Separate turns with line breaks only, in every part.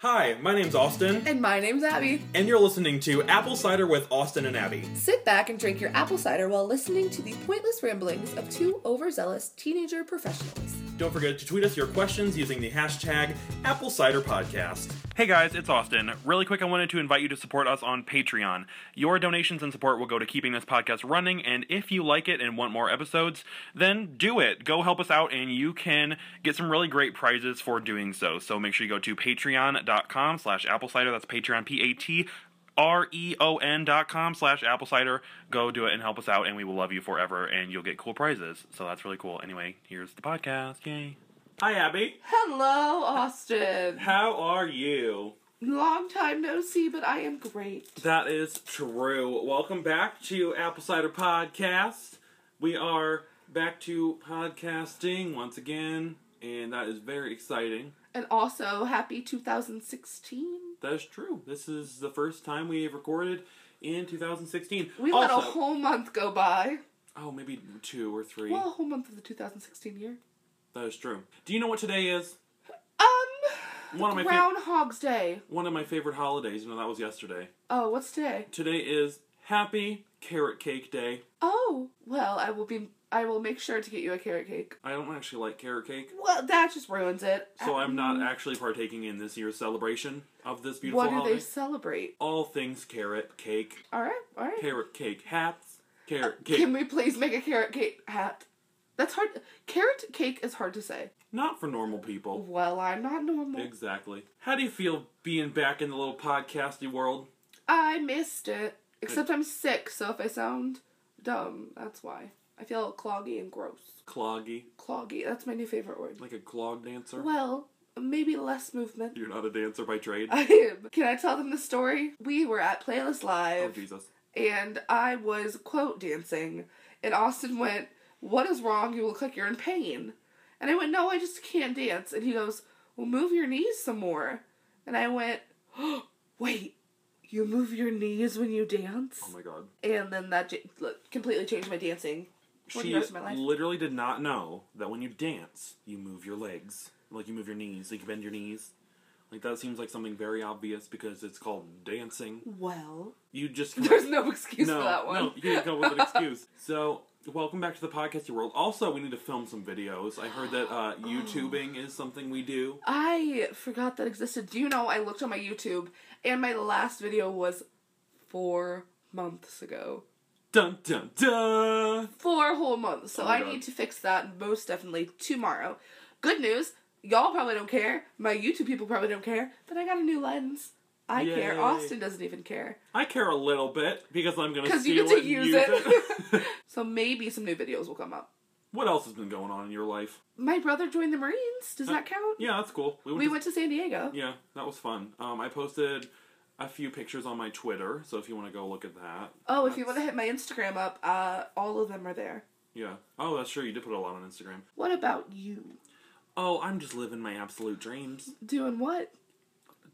Hi, my name's Austin,
And my name's Abby.
and you're listening to Apple Cider with Austin and Abby.
Sit back and drink your apple cider while listening to the pointless ramblings of two overzealous teenager professionals.
Don't forget to tweet us your questions using the hashtag Apple Cider Podcast.
Hey guys, it's Austin. Really quick, I wanted to invite you to support us on Patreon. Your donations and support will go to keeping this podcast running, and if you like it and want more episodes, then do it. Go help us out, and you can get some really great prizes for doing so. So make sure you go to patreon.com slash apple cider. That's Patreon, P-A-T, R-E-O-N E dot com slash apple cider. Go do it and help us out, and we will love you forever, and you'll get cool prizes. So that's really cool. Anyway, here's the podcast. Yay.
Hi, Abby.
Hello, Austin.
How are you?
Long time no see, but I am great.
That is true. Welcome back to Apple Cider Podcast. We are back to podcasting once again, and that is very exciting.
And also, happy 2016.
That is true. This is the first time we have recorded in 2016.
We let a
also,
whole month go by.
oh, maybe two or three.
Well, a whole month of the 2016 year.
That is true. Do you know what today is?
Um,
One of my fav-
Groundhog's Day.
One of my favorite holidays. You know, that was yesterday.
Oh, what's today?
Today is Happy Carrot Cake Day.
Oh, well, I will be. I will make sure to get you a carrot cake.
I don't actually like carrot cake,
Well, that just ruins it. Um,
so I'm not actually partaking in this year's celebration of this beautiful
What do
holiday.
they celebrate?
All things carrot cake.
All right, all right.
Carrot cake hats. Carrot cake.
Uh, Can we please make a carrot cake hat? That's hard. Carrot cake is hard to say.
Not for normal people.
Well, I'm not normal.
Exactly. How do you feel being back in the little podcasty world?
I missed it. Except I'm sick, so if I sound dumb, that's why. I feel cloggy and gross.
Cloggy.
Cloggy, that's my new favorite word.
Like a clog dancer?
Well, maybe less movement.
You're not a dancer by trade?
I am. Can I tell them the story? We were at Playlist
Oh,
Live.
Jesus.
and I was quote dancing. And Austin went, What is wrong? You look like you're in pain. And I went, No, I just can't dance. And he goes, Well, move your knees some more. And I went, oh, Wait, you move your knees when you dance?
Oh my god.
and then that j- look, completely changed my dancing. for the
she
rest of my life.
literally did not know that when you dance, you move your legs, like you move your knees, like you bend your knees. Like that seems like something very obvious because it's called dancing.
Well,
You just
there's no excuse
no,
for that one.
no, you can come up with an excuse. So. Welcome back to the podcasting world. Also, we need to film some videos. I heard that uh, YouTubing is something we do.
I forgot that existed. Do you know I looked on my YouTube and my last video was four months ago.
Dun dun dun!
four whole months. So
Oh my
I
God.
need to fix that most definitely tomorrow. Good news, y'all probably don't care. My YouTube people probably don't care, but I got a new lens. I
Yay.
care. Austin doesn't even care.
I care a little bit because I'm gonna
'Cause
steal
you get to
it and
use
use
it.
it.
So maybe some new videos will come up.
what else has been going on in your life?
My brother joined the Marines. Does that count?
Yeah, that's cool. We went
We
to
went to San Diego.
Yeah, that was fun. Um, I posted a few pictures on my Twitter, so if you want to go look at that.
Oh, if you want
that's-
to hit my Instagram up, uh, all of them are there.
Yeah. Oh, that's true. You did put a lot on Instagram.
What about you?
Oh, I'm just living my absolute dreams.
Doing what?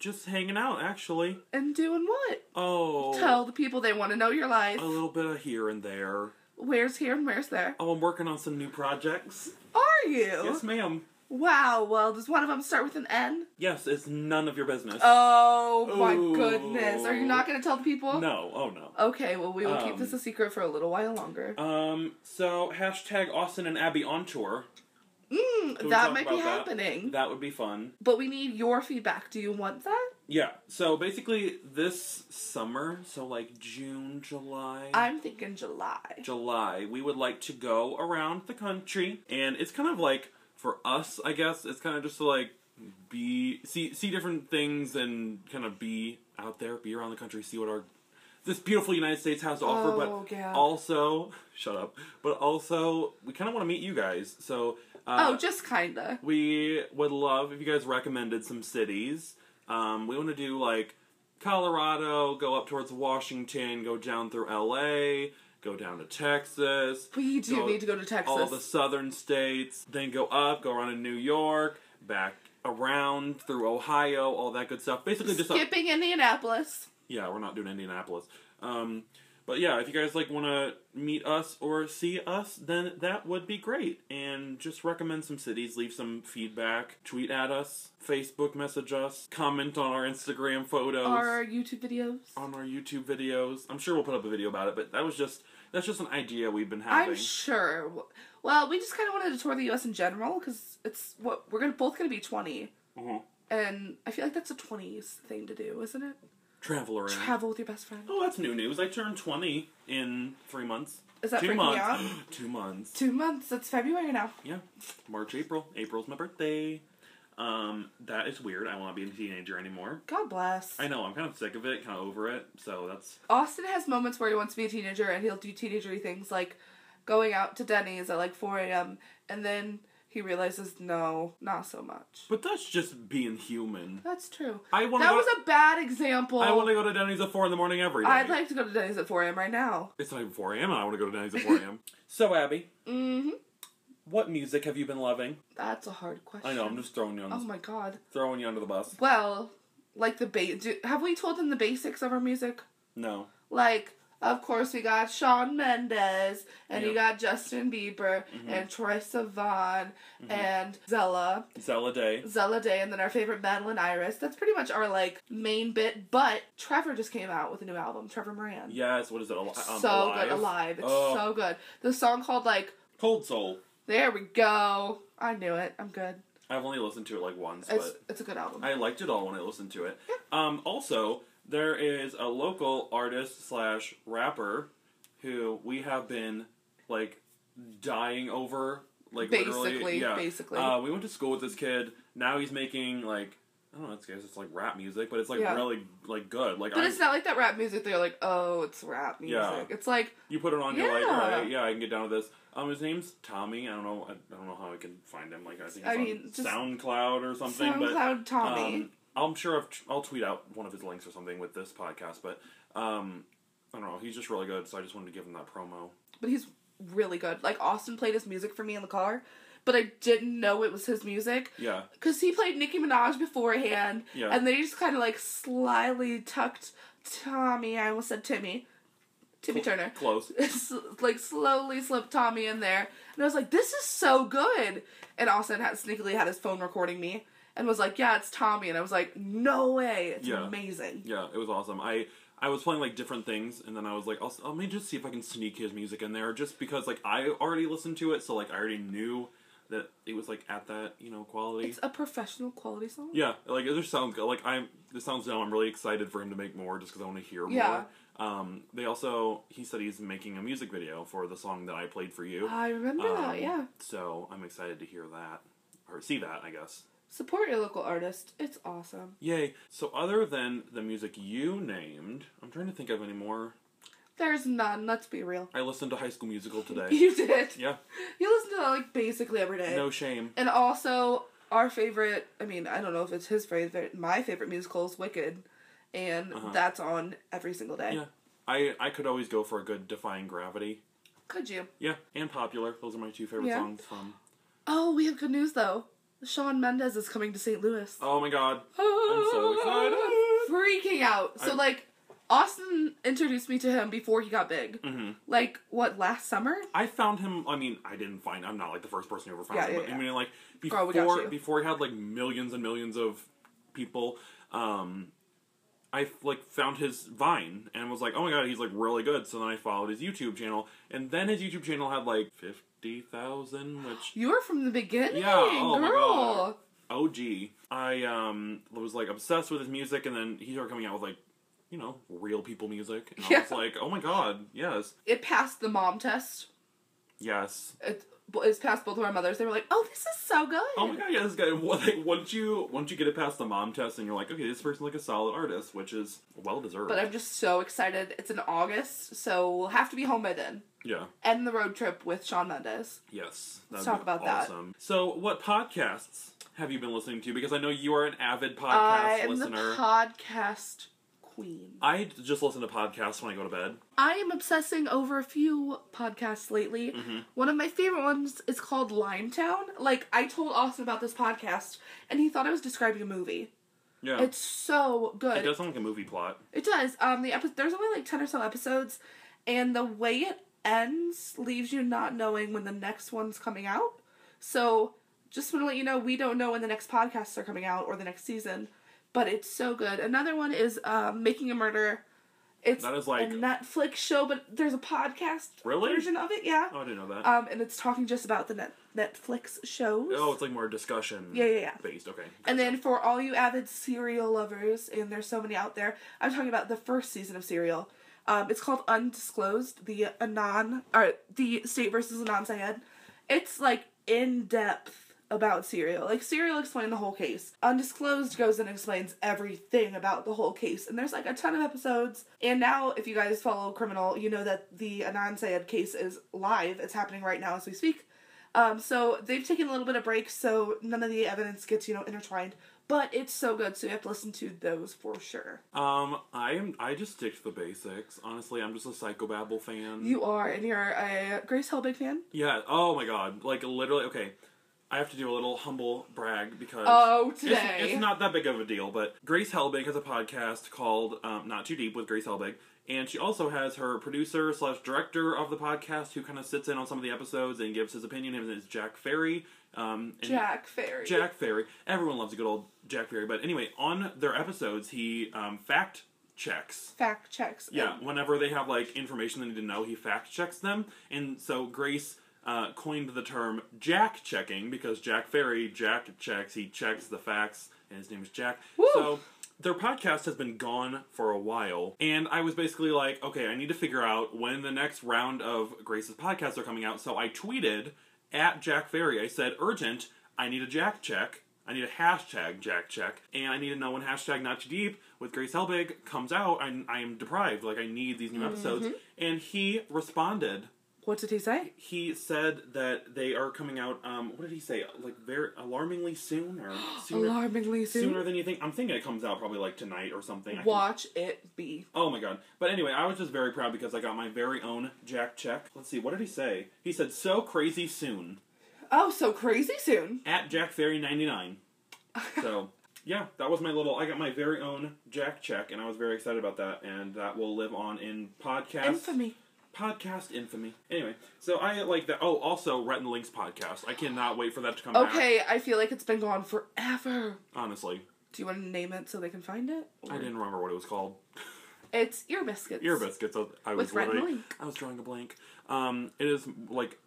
Just hanging out, actually.
And doing what?
Oh,
Tell the people they want to know your life.
a little bit of here and there.
Where's here and where's there?
Oh, I'm working on some new projects.
Are you?
Yes, ma'am.
Wow, well, does one of them start with an N?
Yes, it's none of your business.
Oh my
Ooh.
goodness. Are you not going to tell the people?
no, oh no.
Okay, well, we will keep
Um,
this a secret for a little while longer.
Um, so hashtag Austin and Abby on tour.
Mm,
we
that
talk
might be
about that?
happening.
That would be fun.
But we need your feedback. Do you want that?
Yeah. So basically, this summer, so like June, July,
I'm thinking July.
July, we would like to go around the country, and it's kind of like for us, I guess, it's kind of just to like be see see different things and kind of be out there, be around the country, see what our this beautiful United States has to offer,
Oh,
but
yeah.
also shut up. But also, we kind of want to meet you guys, so. Uh,
oh, just kinda.
we would love if you guys recommended some cities. Um, we want to do like Colorado, go up towards Washington, go down through LA, go down to Texas,
We do
go-
need to go to Texas.
all the southern states, then go up, go around to New York, back around through Ohio, all that good stuff. Basically, just a-
Skipping Indianapolis.
yeah, we're not doing Indianapolis. Um, But yeah, if you guys like want to meet us or see us, then that would be great. And just recommend some cities, leave some feedback, tweet at us, Facebook message us, comment on our Instagram photos,
Our YouTube videos.
on our YouTube videos. I'm sure we'll put up a video about it, but that was just that's just an idea we've been having.
I'm sure. Well, we just kind of wanted to tour the U.S. in general because it's what we're gonna both gonna be 20,
Mhm.
and I feel like that's a 20s thing to do, isn't it?
Travel around.
Travel with your best friend.
oh, that's new news. I turned 20 in 3 months.
Is that
2
freaking
months.
out?
2 months.
Two months. That's February now.
Yeah, March, April. April's my birthday. Um, that is weird. I want to be a teenager anymore.
God bless.
I know. I'm kind of sick of it. Kind of over it. So that's
Austin has moments where he wants to be a teenager and he'll do teenagery things like going out to Denny's at like 4 a.m. and then he realizes, no, not so much.
But that's just being human.
That's true.
I want to.
That
Go,
was a bad example.
I want to go to Denny's at four in the morning every day.
I'd like to go to Denny's at 4 a.m. right now.
It's not even four a.m. and I want to go to Denny's at four a.m. so Abby,
Mm hmm.
what music have you been loving?
That's a hard question.
I know. I'm just throwing you on
Oh
this,
my god.
throwing you under the bus.
Well, like the ba- do, have we told them the basics of our music?
No.
Like, of course, we got Sean Mendes, and you
Yep. Mm-hmm.
got Justin Bieber, and Troy Sivan, and Zella,
Zella Day.
Zella Day, and then our favorite Madeline Iris. That's pretty much our like main bit. But Trevor just came out with a new album, Trevor Moran.
Yes. What is it? Al- um,
so good, alive. It's
Oh.
so good. The song called like
Cold Soul.
"There We Go." I knew it. I'm good.
I've only listened to it like once,
It's
but
it's a good album.
I liked it all when I listened to it. Um, also, there is a local artist slash rapper who we have been like dying over, like
Basically,
literally. Yeah.
basically.
Uh, we went to school with this kid. Now he's making like I don't know. It's, I guess it's like rap music, but it's like
Yeah.
really like good. Like
but
I,
it's not like that rap music. They're like, oh, it's rap music.
Yeah.
It's like
you put it on, you're like,
Yeah.
all right, yeah, I can get down with this. Um, his name's Tommy. I don't know. I, I don't know how I can find him. Like I think
I
it's on
mean, just
SoundCloud or something. but
SoundCloud Tommy.
Um, I'm sure I've, I'll tweet out one of his links or something with this podcast, but um, I don't know. He's just really good, so I just wanted to give him that promo.
but he's really good. Like Austin played his music for me in the car, but I didn't know it was his music
Yeah,
because he played Nicki Minaj beforehand,
Yeah.
and they just kind of like slyly tucked Tommy. I almost said Timmy, Timmy Turner.
close.
S- like slowly slipped Tommy in there, and I was like, "This is so good." And Austin had sneakily had his phone recording me and was like, "Yeah, it's Tommy," and I was like, "No way, it's
Yeah.
amazing."
Yeah, it was awesome. I I was playing like different things, and then I was like, I'll, let me just see if I can sneak his music in there, just because like I already listened to it, so like I already knew that it was like at that you know quality.
It's a professional quality song.
yeah, like it just sounds good. Like I'm, this sounds dumb. I'm really excited for him to make more, just because I want to hear
Yeah.
more. Um, they also, he said he's making a music video for the song that I played for you.
I remember
Um,
that. Yeah,
So I'm excited to hear that or see that, I guess.
support your local artist. It's awesome.
Yay! So other than the music you named, I'm trying to think of any more.
There's none. Let's be real.
I listened to High School Musical today.
You did.
yeah,
You listen to that like basically every day.
no shame.
And also our favorite. I mean, I don't know if it's his favorite. My favorite musical is Wicked, and
Uh-huh.
that's on every single day.
Yeah, I I could always go for a good Defying Gravity.
Could you?
Yeah, and Popular. Those are my two favorite
Yeah.
songs from.
Oh, we have good news though. Sean Mendez is coming to St. Louis.
Oh my God! so excited.
Freaking out. So
I'm-
like, Austin introduced me to him before he got big.
hmm
Like what last summer?
I found him. I mean, I didn't find. I'm not like the first person who ever found
Yeah,
him.
yeah,
but
yeah.
I mean, like
Girl, we got
before
you.
before he had like millions and millions of people. Um, I like found his Vine and was like, oh my god, he's like really good. So then I followed his YouTube channel, and then his YouTube channel had like fifty thousand, which
You were from the beginning,
Yeah, oh
girl.
my God. OG. I um was like obsessed with his music, and then he started coming out with like. You know, real people music. And I was
Yeah.
like, oh my god, yes,
It passed the mom test.
yes.
It, it's passed both of our mothers. They were like, "Oh, this is so good."
Oh my god, yeah, this guy. what- Like, once you once you get it past the mom test, and you're like, okay, this person's like a solid artist, which is well deserved.
But I'm just so excited. It's in August, so we'll have to be home by then.
yeah,
End the road trip with Sean Mendes.
yes.
Let's talk about that.
that. So, what podcasts have you been listening to? Because I know you are an avid podcast
I am
listener.
the podcast queen.
I just listen to podcasts when I go to bed.
I am obsessing over a few podcasts lately.
Mm-hmm.
One of my favorite ones is called Limetown. Like I told Austin about this podcast, and he thought I was describing a movie.
Yeah,
It's so good.
it does sound like a movie plot.
It does. Um, the epi- there's only like ten or so episodes, and the way it ends leaves you not knowing when the next one's coming out. So just want to let you know we don't know when the next podcasts are coming out or the next season, but it's so good. Another one is um, Making a Murder. It's
That is like-
a Netflix show, but there's a podcast
Really?
version of it. Yeah.
Oh, I didn't know that.
Um, and it's talking just about the net- Netflix shows.
oh, it's like more discussion.
Yeah, yeah, yeah.
Based. Okay.
And then for all you avid serial lovers, and there's so many out there, I'm talking about the first season of Serial. Um, it's called Undisclosed, the Anon, or the State versus Anon Syed. It's like in depth about Serial. Like Serial explained the whole case. Undisclosed goes and explains everything about the whole case, and there's like a ton of episodes. And now, if you guys follow criminal, you know that the Anon Syed case is live. It's happening right now as we speak. Um, so they've taken a little bit of break, so none of the evidence gets you know intertwined. But it's so good, so you have to listen to those for sure.
Um, I am. I just stick to the basics. Honestly, I'm just a psychobabble fan.
You are, and you're a Grace Helbig fan.
yeah. Oh my god. Like literally. Okay. I have to do a little humble brag because.
Oh,
It's,
today
it's not that big of a deal, but Grace Helbig has a podcast called um, Not Too Deep with Grace Helbig, and she also has her producer slash director of the podcast who kind of sits in on some of the episodes and gives his opinion. His name is Jack Ferry. Um, and
Jack Ferry.
Jack Ferry. Everyone loves a good old Jack Ferry, but anyway, on their episodes, he um, fact checks.
fact checks.
Yeah,
and-
whenever they have like information they need to know, he fact checks them, and so Grace. Uh, coined the term Jack checking because Jack Ferry, Jack checks, he checks the facts, and his name is Jack.
Woo!
So their podcast has been gone for a while, and I was basically like, okay, I need to figure out when the next round of Grace's podcasts are coming out. So I tweeted at Jack Ferry. I said, urgent, I need a Jack check. I need a hashtag Jack check, and I need to know when hashtag Not Too Deep with Grace Helbig comes out. I, I am deprived. Like I need these new episodes, and he responded
What did he say?
he said that they are coming out. Um, what did he say? Like very alarmingly soon, or sooner,
Alarmingly soon.
sooner than you think. I'm thinking it comes out probably like tonight or something. I think-
Watch it be.
Oh my god! But anyway, I was just very proud because I got my very own Jack check. Let's see, what did he say? He said so crazy soon
Oh, so crazy soon.
at Jack Ferry ninety nine. So yeah, that was my little. I got my very own Jack check, and I was very excited about that, and that will live on in podcast
Infamy.
podcast infamy. Anyway, so I like that. Oh, also Rhett and Link's podcast. I cannot wait for that to come back.
Okay, I feel like it's been gone forever.
Honestly,
Do you want to name it so they can find it?
I didn't remember what it was called.
It's ear biscuits.
Ear biscuits. I, I was
With Rhett and
literally-
Link.
I was drawing a blank. Um, it is like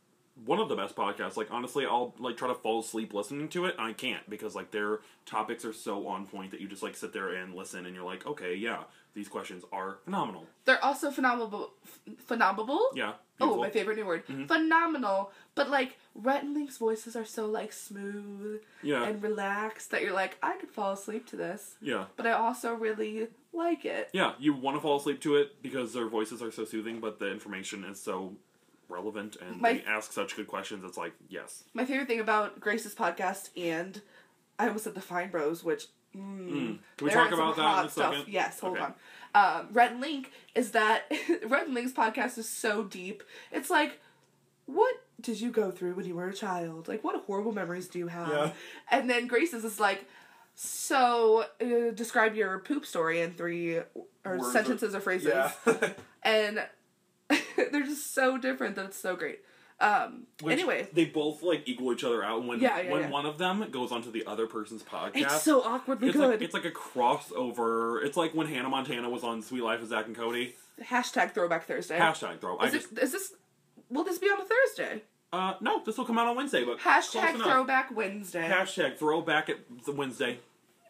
one of the best podcasts. Like honestly, I'll like try to fall asleep listening to it, and I can't because like their topics are so on point that you just like sit there and listen, and you're like, okay, yeah, these questions are phenomenal.
They're also phenomenal. ph- Phenomenal.
Yeah.
Oh, my favorite new word. Phenomenal. But like Rhett and Link's voices are so like smooth
Yeah.
and relaxed that you're like, I could fall asleep to this.
yeah.
But I also really like it.
Yeah, you want to fall asleep to it because their voices are so soothing, but the information is so relevant and
My-
they ask such good questions. It's like, yes.
My favorite thing about Grace's podcast and I almost said the Fine Bros, which mm,
Hmm. Can we
there
talk
is some
about that in
hot
a
stuff.
second?
Yes, hold
Okay.
on. Um, Red and Link is that Red and Link's podcast is so deep. It's like, what did you go through when you were a child? Like, what horrible memories do you have?
Yeah.
And then Grace's is like, so uh, describe your poop story in three or
Words or-
sentences or phrases and they're just so different that it's so great. Um,
Which
anyway,
they both like equal each other out. and When
Yeah, yeah,
when
yeah.
one of them goes onto the other person's podcast,
it's so awkwardly
it's
good.
like it's like a crossover. It's like when Hannah Montana was on Sweet Life of Zach and Cody.
Hashtag Throwback Thursday.
Hashtag throw. I
is,
just
it, is this? Will this be on a Thursday?
uh no, this will come out on Wednesday, but close
Hashtag
enough.
Throwback Wednesday.
Hashtag throw back at the Wednesday.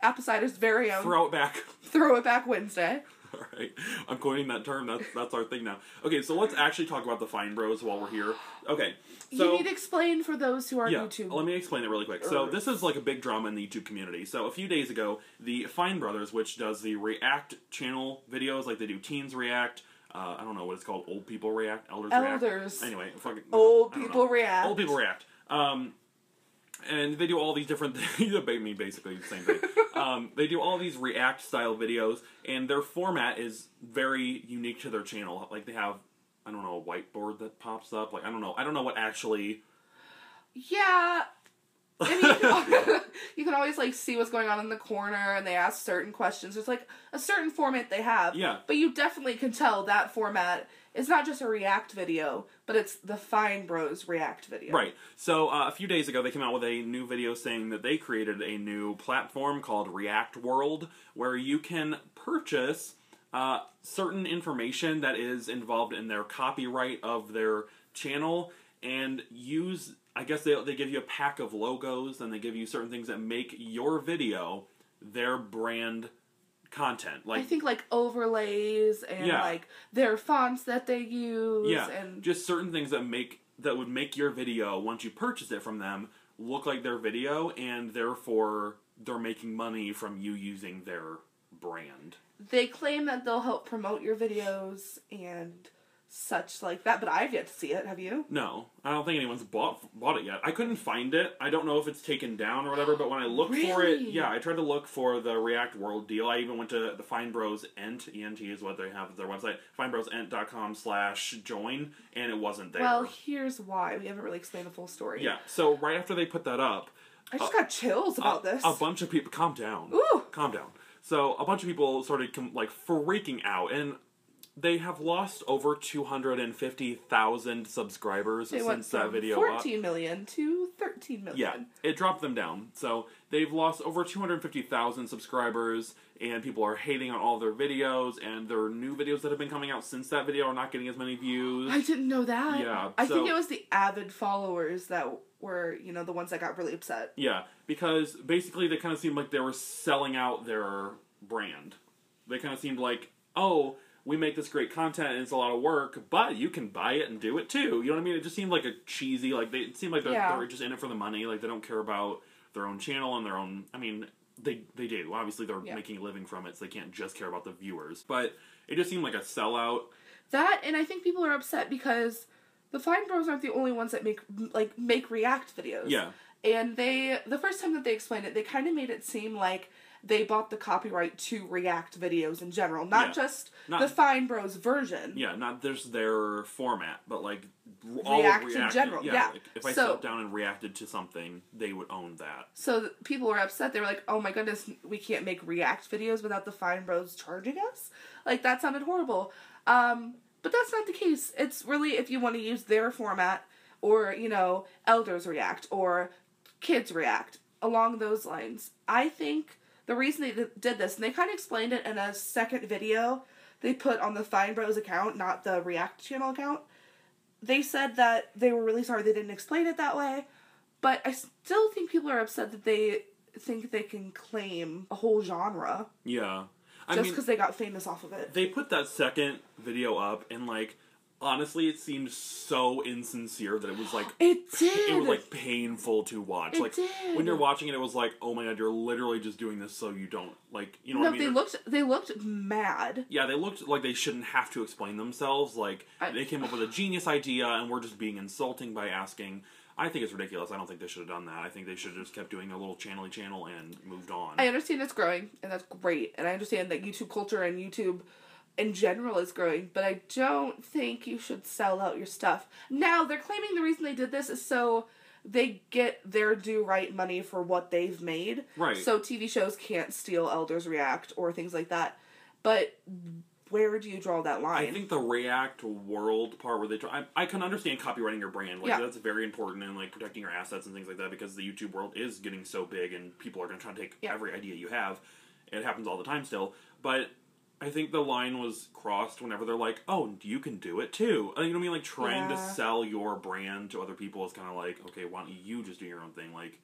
Apple Cider's very own
Throw it back.
Throw It Back Wednesday.
All right, I'm coining that term. That's that's our thing now. Okay, so let's actually talk about the Fine Bros while we're here. Okay, so
you need to explain for those who are
yeah,
YouTube.
let me explain it really quick. So this is like a big drama in the YouTube community. So a few days ago, the Fine Brothers, which does the React channel videos, like they do Teens React. Uh, I don't know what it's called. Old people react. Elders.
Elders.
React. Anyway, fucking.
Old
I don't know.
people react.
Old people react. Um, and they do all these different things. I mean, basically the same thing. um, they do all these React style videos, and their format is very unique to their channel. Like they have, I don't know, a whiteboard that pops up. Like I don't know, I don't know what actually.
yeah, I mean, you can, you can always like see what's going on in the corner, and they ask certain questions. There's like a certain format they have.
Yeah.
But you definitely can tell that format is not just a React video, but it's the Fine Bros React video.
Right. So uh, a few days ago, they came out with a new video saying that they created a new platform called React World, where you can purchase uh, certain information that is involved in their copyright of their channel and use. I guess they they give you a pack of logos and they give you certain things that make your video their brand content. Like
I think like overlays and
Yeah.
like their fonts that they use.
yeah,
And
just certain things that make that would make your video once you purchase it from them look like their video, and therefore they're making money from you using their brand.
they claim that they'll help promote your videos and such like that. But I've yet to see it. Have you?
No, I don't think anyone's bought bought it yet. I couldn't find it. I don't know if it's taken down or whatever. But when I looked for it,
Really?
yeah, I tried to look for the React World deal. I even went to the Fine Bros Ent. Ent is what they have at their website. FineBrosEnt.com slash join, and it wasn't there.
Well, here's why we haven't really explained the full story.
yeah. So right after they put that up,
I just got chills about
a-
this.
A bunch of people, calm down,
Ooh.
calm down. So a bunch of people started com- like freaking out, and they have lost over two hundred and fifty thousand subscribers
They went
since that
from
video. up.
14 million to 13 million.
Yeah, it dropped them down. So they've lost over 250,000 subscribers, and people are hating on all their videos, and their new videos that have been coming out since that video are not getting as many views.
I didn't know that.
Yeah,
I think
so-
it was the avid followers that were, you know, the ones that got really upset.
Yeah, because basically they kind of seemed like they were selling out their brand. They kind of seemed like, oh, we make this great content and it's a lot of work, but you can buy it and do it too. You know what I mean? It just seemed like a cheesy, like they it seemed like they're,
Yeah.
they're just in it for the money. Like they don't care about their own channel and their own. I mean, they they do. Obviously, they're
Yeah.
making a living from it, so they can't just care about the viewers. But it just seemed like a sellout.
That and I think people are upset because the Fine Bros aren't the only ones that make like make React videos.
Yeah.
And they the first time that they explained it, they kind of made it seem like they bought the copyright to React videos in general, not
Yeah.
just
Not-
the Fine Bros version.
Yeah, not just their format, but like r- all
React in
of React.
general, yeah.
like, if I
So-
sat down and reacted to something, they would own that.
So th- people were upset. They were like, "Oh my goodness, we can't make React videos without the Fine Bros charging us." Like that sounded horrible. Um, but that's not the case. It's really if you want to use their format, or you know, elders React or kids React along those lines. I think the reason they th- did this, and they kind of explained it in a second video they put on the Fine Bros account, not the React channel account. They said that they were really sorry they didn't explain it that way. But I still think people are upset that they think they can claim a whole genre
Yeah. I
just
mean,
because they got famous off of it.
they put that second video up, and like, honestly, it seemed so insincere that it was like,
It did.
it was like painful to watch.
It
like,
did.
when you're watching it, it was like, oh my god, you're literally just doing this so you don't, like, you know
no,
what I mean?
they
They're-
looked they looked mad.
yeah, they looked like they shouldn't have to explain themselves. Like,
I-
they came up with a genius idea, and we're just being insulting by asking. I think it's ridiculous. I don't think they should have done that. I think they should have just kept doing their little channely channel and moved on.
I understand it's growing and that's great, and I understand that YouTube culture and YouTube in general is growing, but I don't think you should sell out your stuff. Now they're claiming the reason they did this is so they get their due right money for what they've made.
Right.
So TV shows can't steal Elders React or things like that. But where do you draw that line?
I think the React world part where they try, I, I can understand copywriting your brand. Like,
Yeah.
that's very important and like protecting your assets and things like that because the YouTube world is getting so big and people are going to try to take
Yeah.
every idea you have. It happens all the time still. But I think the line was crossed whenever they're like, oh, you can do it too. Uh, You know what I mean? Like, trying to
Yeah.
sell your brand to other people is kind of like, okay, why don't you just do your own thing? Like,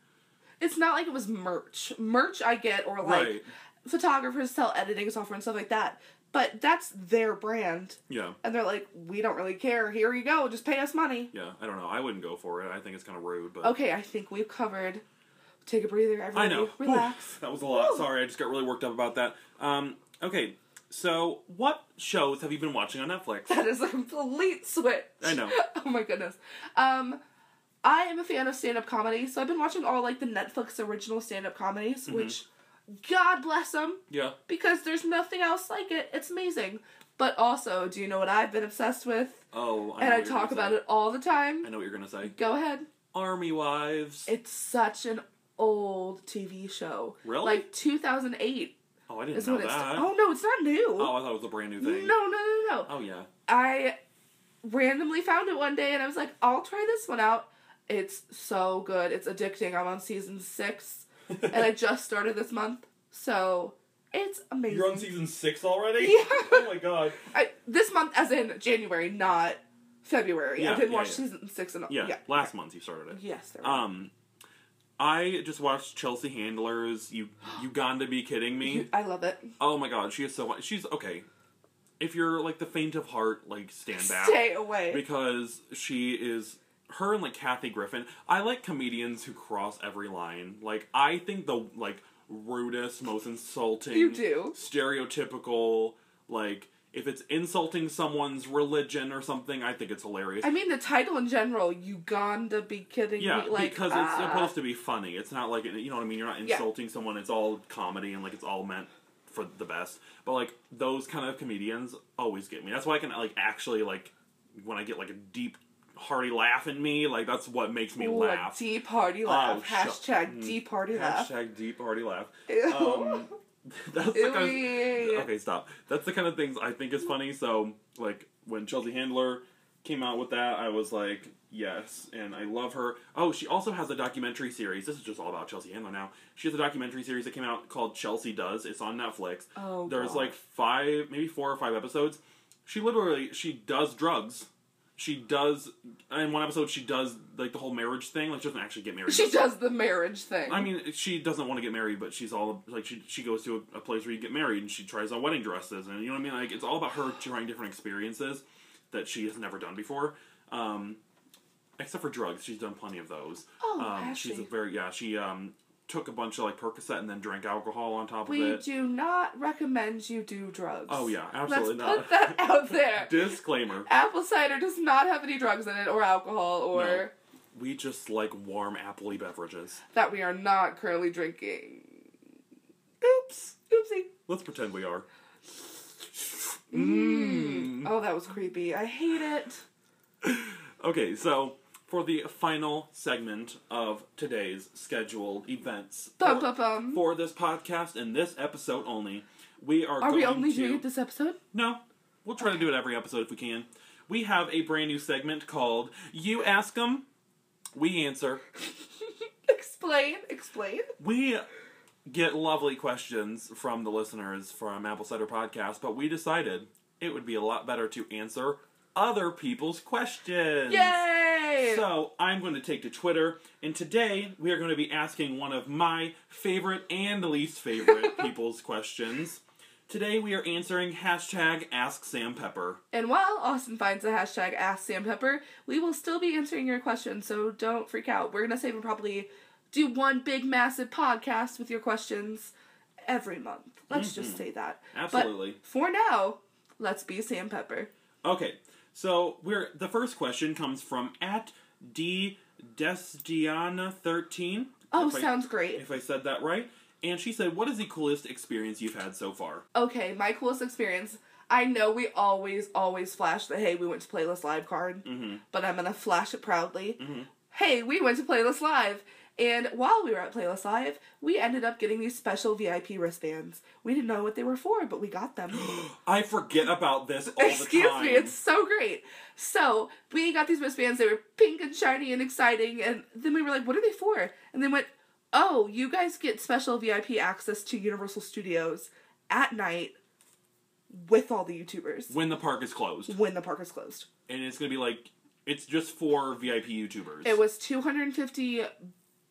it's not like it was merch. Merch I get or like
Right.
photographers sell editing software and stuff like that. But that's their brand.
yeah.
And they're like, we don't really care. Here you go. Just pay us money.
Yeah, I don't know. I wouldn't go for it. I think it's kind of rude, but
Okay, I think we've covered. Take a breather,
I
everybody.
know.
Relax.
Oof, that was a lot. Sorry, I just got really worked up about that. Um, okay, so what shows have you been watching on Netflix?
That is a complete switch.
I know.
oh my goodness. Um, I am a fan of stand up comedy, so I've been watching all like the Netflix original stand up comedies,
Mm-hmm.
which God bless them
yeah.
because there's nothing else like it. It's amazing. But also, do you know what I've been obsessed with?
Oh, I know
and I
what you're
talk
gonna
about
say.
it all the time.
I know what you're gonna say.
Go ahead.
Army Wives.
It's such an old TV show.
Really?
Like 2008
Oh, I
is
didn't know
when it's.
that.
Oh no, it's not new.
Oh, I thought it was a brand new
no,
thing.
no, no, no.
Oh yeah.
I randomly found it one day and I was like, I'll try this one out. It's so good. It's addicting. I'm on season six and I just started this month. So it's amazing.
You're on season six already?
Yeah.
Oh my god.
I, this month, as in January, not February. I
Yeah,
didn't
yeah,
watch
yeah.
season six and
Yeah. Last month you started it.
Yes, there we go.
Um I just watched Chelsea Handler's you Uganda be kidding me.
I love it.
Oh my god, she is so she's okay. If you're like the faint of heart, like stand back.
Stay away.
because she is her and like Kathy Griffin. I like comedians who cross every line. Like I think the like rudest, most insulting,
You do.
stereotypical like if it's insulting someone's religion or something, I think it's hilarious.
I mean, the title in general, Uganda, be kidding
yeah,
me. Like,
because it's
ah.
supposed to be funny. It's not like you know what I mean. You're not
Yeah.
insulting someone. It's all comedy and like it's all meant for the best. But like those kind of comedians always get me. That's why I can like actually like when I get like a deep hearty laugh in me. Like that's what makes me
Ooh, a
laugh.
deep party laugh.
Oh, shut-
Hashtag deep party laugh.
Hashtag deep hearty laugh.
Ew.
Um, that's the
Ew,
kind of,
yeah, yeah, yeah.
okay. Stop. That's the kind of things I think is funny. So like when Chelsea Handler came out with that, I was like, yes, and I love her. Oh, she also has a documentary series. This is just all about Chelsea Handler now. She has a documentary series that came out called Chelsea Does. It's on Netflix.
Oh,
there's
God.
like five, maybe four or five episodes. She literally she does drugs. She does in one episode she does like the whole marriage thing. Like she doesn't actually get married.
She does the marriage thing.
I mean, she doesn't want to get married, but she's all like she she goes to a, a place where you get married, and she tries on wedding dresses, and you know what I mean. Like it's all about her trying different experiences that she has never done before, um, except for drugs. She's done plenty of those.
Oh,
um,
has
she's
she?
a very yeah. She um took a bunch of like Percocet and then drank alcohol on top
we
of it.
do not recommend you do drugs.
Oh yeah, absolutely
Let's
not.
put that out there.
Disclaimer:
Apple cider does not have any drugs in it or alcohol or
No. We just like warm appley beverages.
that we are not currently drinking. Oops. Oopsie.
Let's pretend we are. Hmm.
Oh, that was creepy. I hate it.
Okay, so for the final segment of today's scheduled events
Bum, bum, bum.
for this podcast and this episode only, we are.
Are
going
we only
to,
doing it this episode?
No, we'll try to do it every episode if we can. We have a brand new segment called "You Ask 'Em, We Answer."
explain. Explain.
We get lovely questions from the listeners from Apple Cider Podcast, but we decided it would be a lot better to answer other people's questions.
Yay!
So I'm going to take to Twitter, and today we are going to be asking one of my favorite and least favorite people's questions. Today we are answering hashtag Ask Sam Pepper.
And while Austin finds the hashtag Ask Sam Pepper, we will still be answering your questions, so don't freak out. We're gonna save and probably do one big massive podcast with your questions every month. Let's just say that.
Absolutely.
But for now, let's be Sam Pepper.
Okay, so we're the first question comes from at d desdiana thirteen.
Oh,
if I-
sounds great.
If I said that right, and she said, "What is the coolest experience you've had so far?"
Okay, my coolest experience. I know we always, always flash the hey, we went to Playlist Live card, but I'm gonna flash it proudly.
Mm-hmm.
Hey, we went to Playlist Live! And while we were at Playlist Live, we ended up getting these special VIP wristbands. We didn't know what they were for, but we got them.
I forget about this all the
Excuse
time.
me, it's so great. So we got these wristbands. They were pink and shiny and exciting. And then we were like, "What are they for?" And they went, "Oh, you guys get special VIP access to Universal Studios at night with all the YouTubers
when the park is closed,
when the park is closed."
and it's gonna be like it's just for VIP YouTubers.
It was 250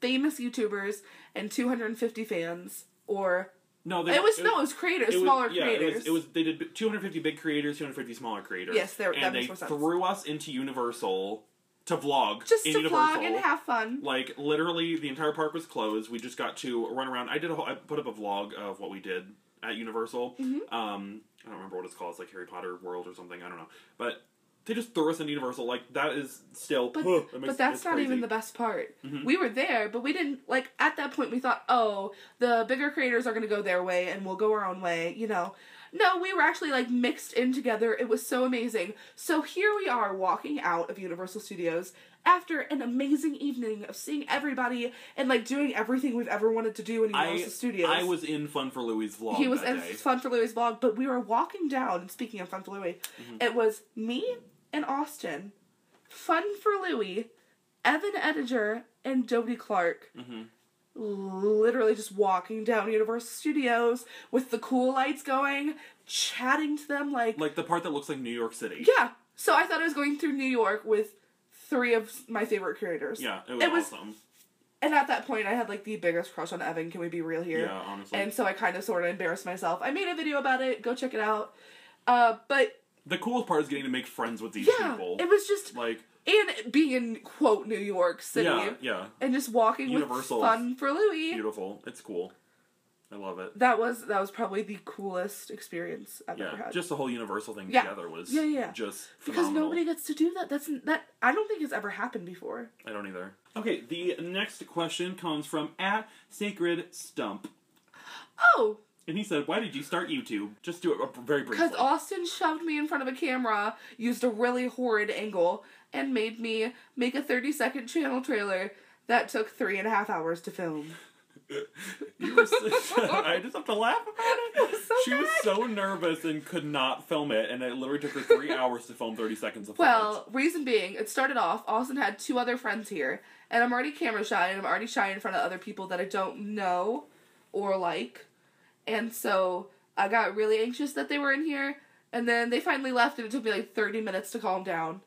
famous YouTubers and 250 fans, or
No, they,
it was no, it was creators, smaller creators.
It was, it was they did 250 big creators, 250 smaller creators.
Yes, there-
and
that
they
makes more sense.
threw us into Universal to vlog.
just
in
to
Universal.
vlog and have fun.
like literally the entire park was closed. We just got to run around. I did a whole, I put up a vlog of what we did at Universal.
Mm-hmm.
Um, I don't remember what it's called. It's like Harry Potter World or something. I don't know, but. They just threw us into Universal like that is still,
But,
that makes-
but that's
it's
not even
crazy. Mm-hmm.
the best part. We were there, but we didn't like at that point we thought, oh, the bigger creators are gonna go their way and we'll go our own way, you know. No, we were actually like mixed in together. It was so amazing. So here we are walking out of Universal Studios after an amazing evening of seeing everybody and like doing everything we've ever wanted to do in Universal
I,
Studios.
I was in Fun for Louie's vlog.
he was
that
in
day.
Fun for Louie's vlog, but we were walking down. And speaking of Fun for Louie,
Mm-hmm.
it was me and Austin, Fun for Louie, Evan Ediger, and Jody Clark.
Mm-hmm.
Literally just walking down Universal Studios with the cool lights going, chatting to them like,
Like the part that looks like New York City.
yeah. So I thought I was going through New York with three of my favorite creators.
Yeah, it was,
It was-
awesome.
And at that point, I had like the biggest crush on Evan. Can we be real here?
Yeah, honestly.
and so I kind of sort of embarrassed myself. I made a video about it. Go check it out. Uh, but
the coolest part is getting to make friends with these
yeah,
people.
it was just
like
and being in quote New York City
yeah, yeah,
and just walking
Universal
with fun for Louis.
beautiful. It's cool. I love it.
That was that was probably the coolest experience I've ever
Yeah,
had.
just the whole Universal thing
Yeah.
together was
Yeah, yeah.
just
because
phenomenal.
nobody gets to do that. That's that. I don't think it's ever happened before.
I don't either. Okay, the next question comes from at Sacred Stump,
Oh,
and he said, "Why did you start YouTube?" Just do it uh, very briefly.
Because Austin shoved me in front of a camera, used a really horrid angle, and made me make a 30 second channel trailer that took three and a half hours to film.
You were so- I just have to laugh about it.
was so
she was
bad.
so nervous and could not film it, and it literally took her three hours to film thirty seconds of footage.
Well, reason being, it started off, Austin had two other friends here, and I'm already camera shy, and I'm already shy in front of other people that I don't know or like. And so I got really anxious that they were in here, and then they finally left, and it took me like 30 minutes to calm down.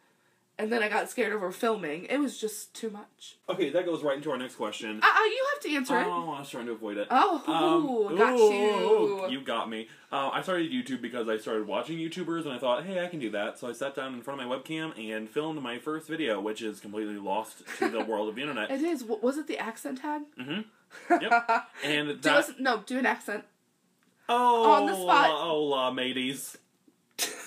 And then I got scared over filming. It was just too much.
Okay, that goes right into our next question.
Uh, uh, you have to answer it.
Oh, I was trying to avoid it.
Oh,
Um,
got
ooh,
you.
You got me. Uh, I started YouTube because I started watching YouTubers and I thought, hey, I can do that. So I sat down in front of my webcam and filmed my first video, which is completely lost to the world of the internet.
It is. W- Was it the accent tag?
Mm-hmm. Yep. And that.
Do us, no, do an accent.
oh,
on the spot.
la- oh, la, mateys.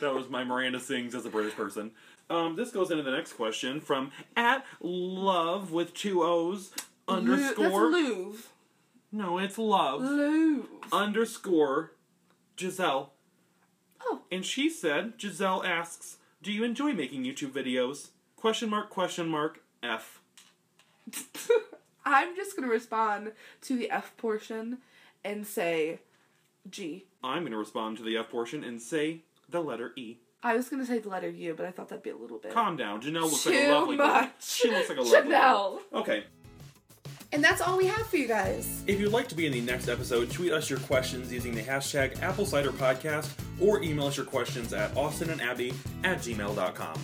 That was my Miranda sings as a British person. Um, this goes into the next question from at love with two O's
Lou- That's
underscore.
Louvre.
no, it's love.
Louvre.
underscore Giselle.
Oh.
And she said, Giselle asks, Do you enjoy making YouTube videos? Question mark, question mark, F.
I'm just gonna respond to the F portion and say G.
I'm going to respond to the F portion and say the letter E.
I was gonna say the letter U, but I thought that'd be a little bit
Calm down. Janelle looks
too
like a lovely girl.
much.
She looks like a lovely girl.
Chanel.
Okay.
And that's all we have for you guys.
If you'd like to be in the next episode, tweet us your questions using the hashtag AppleCiderPodcast or email us your questions at austinandabbey at gmail.com.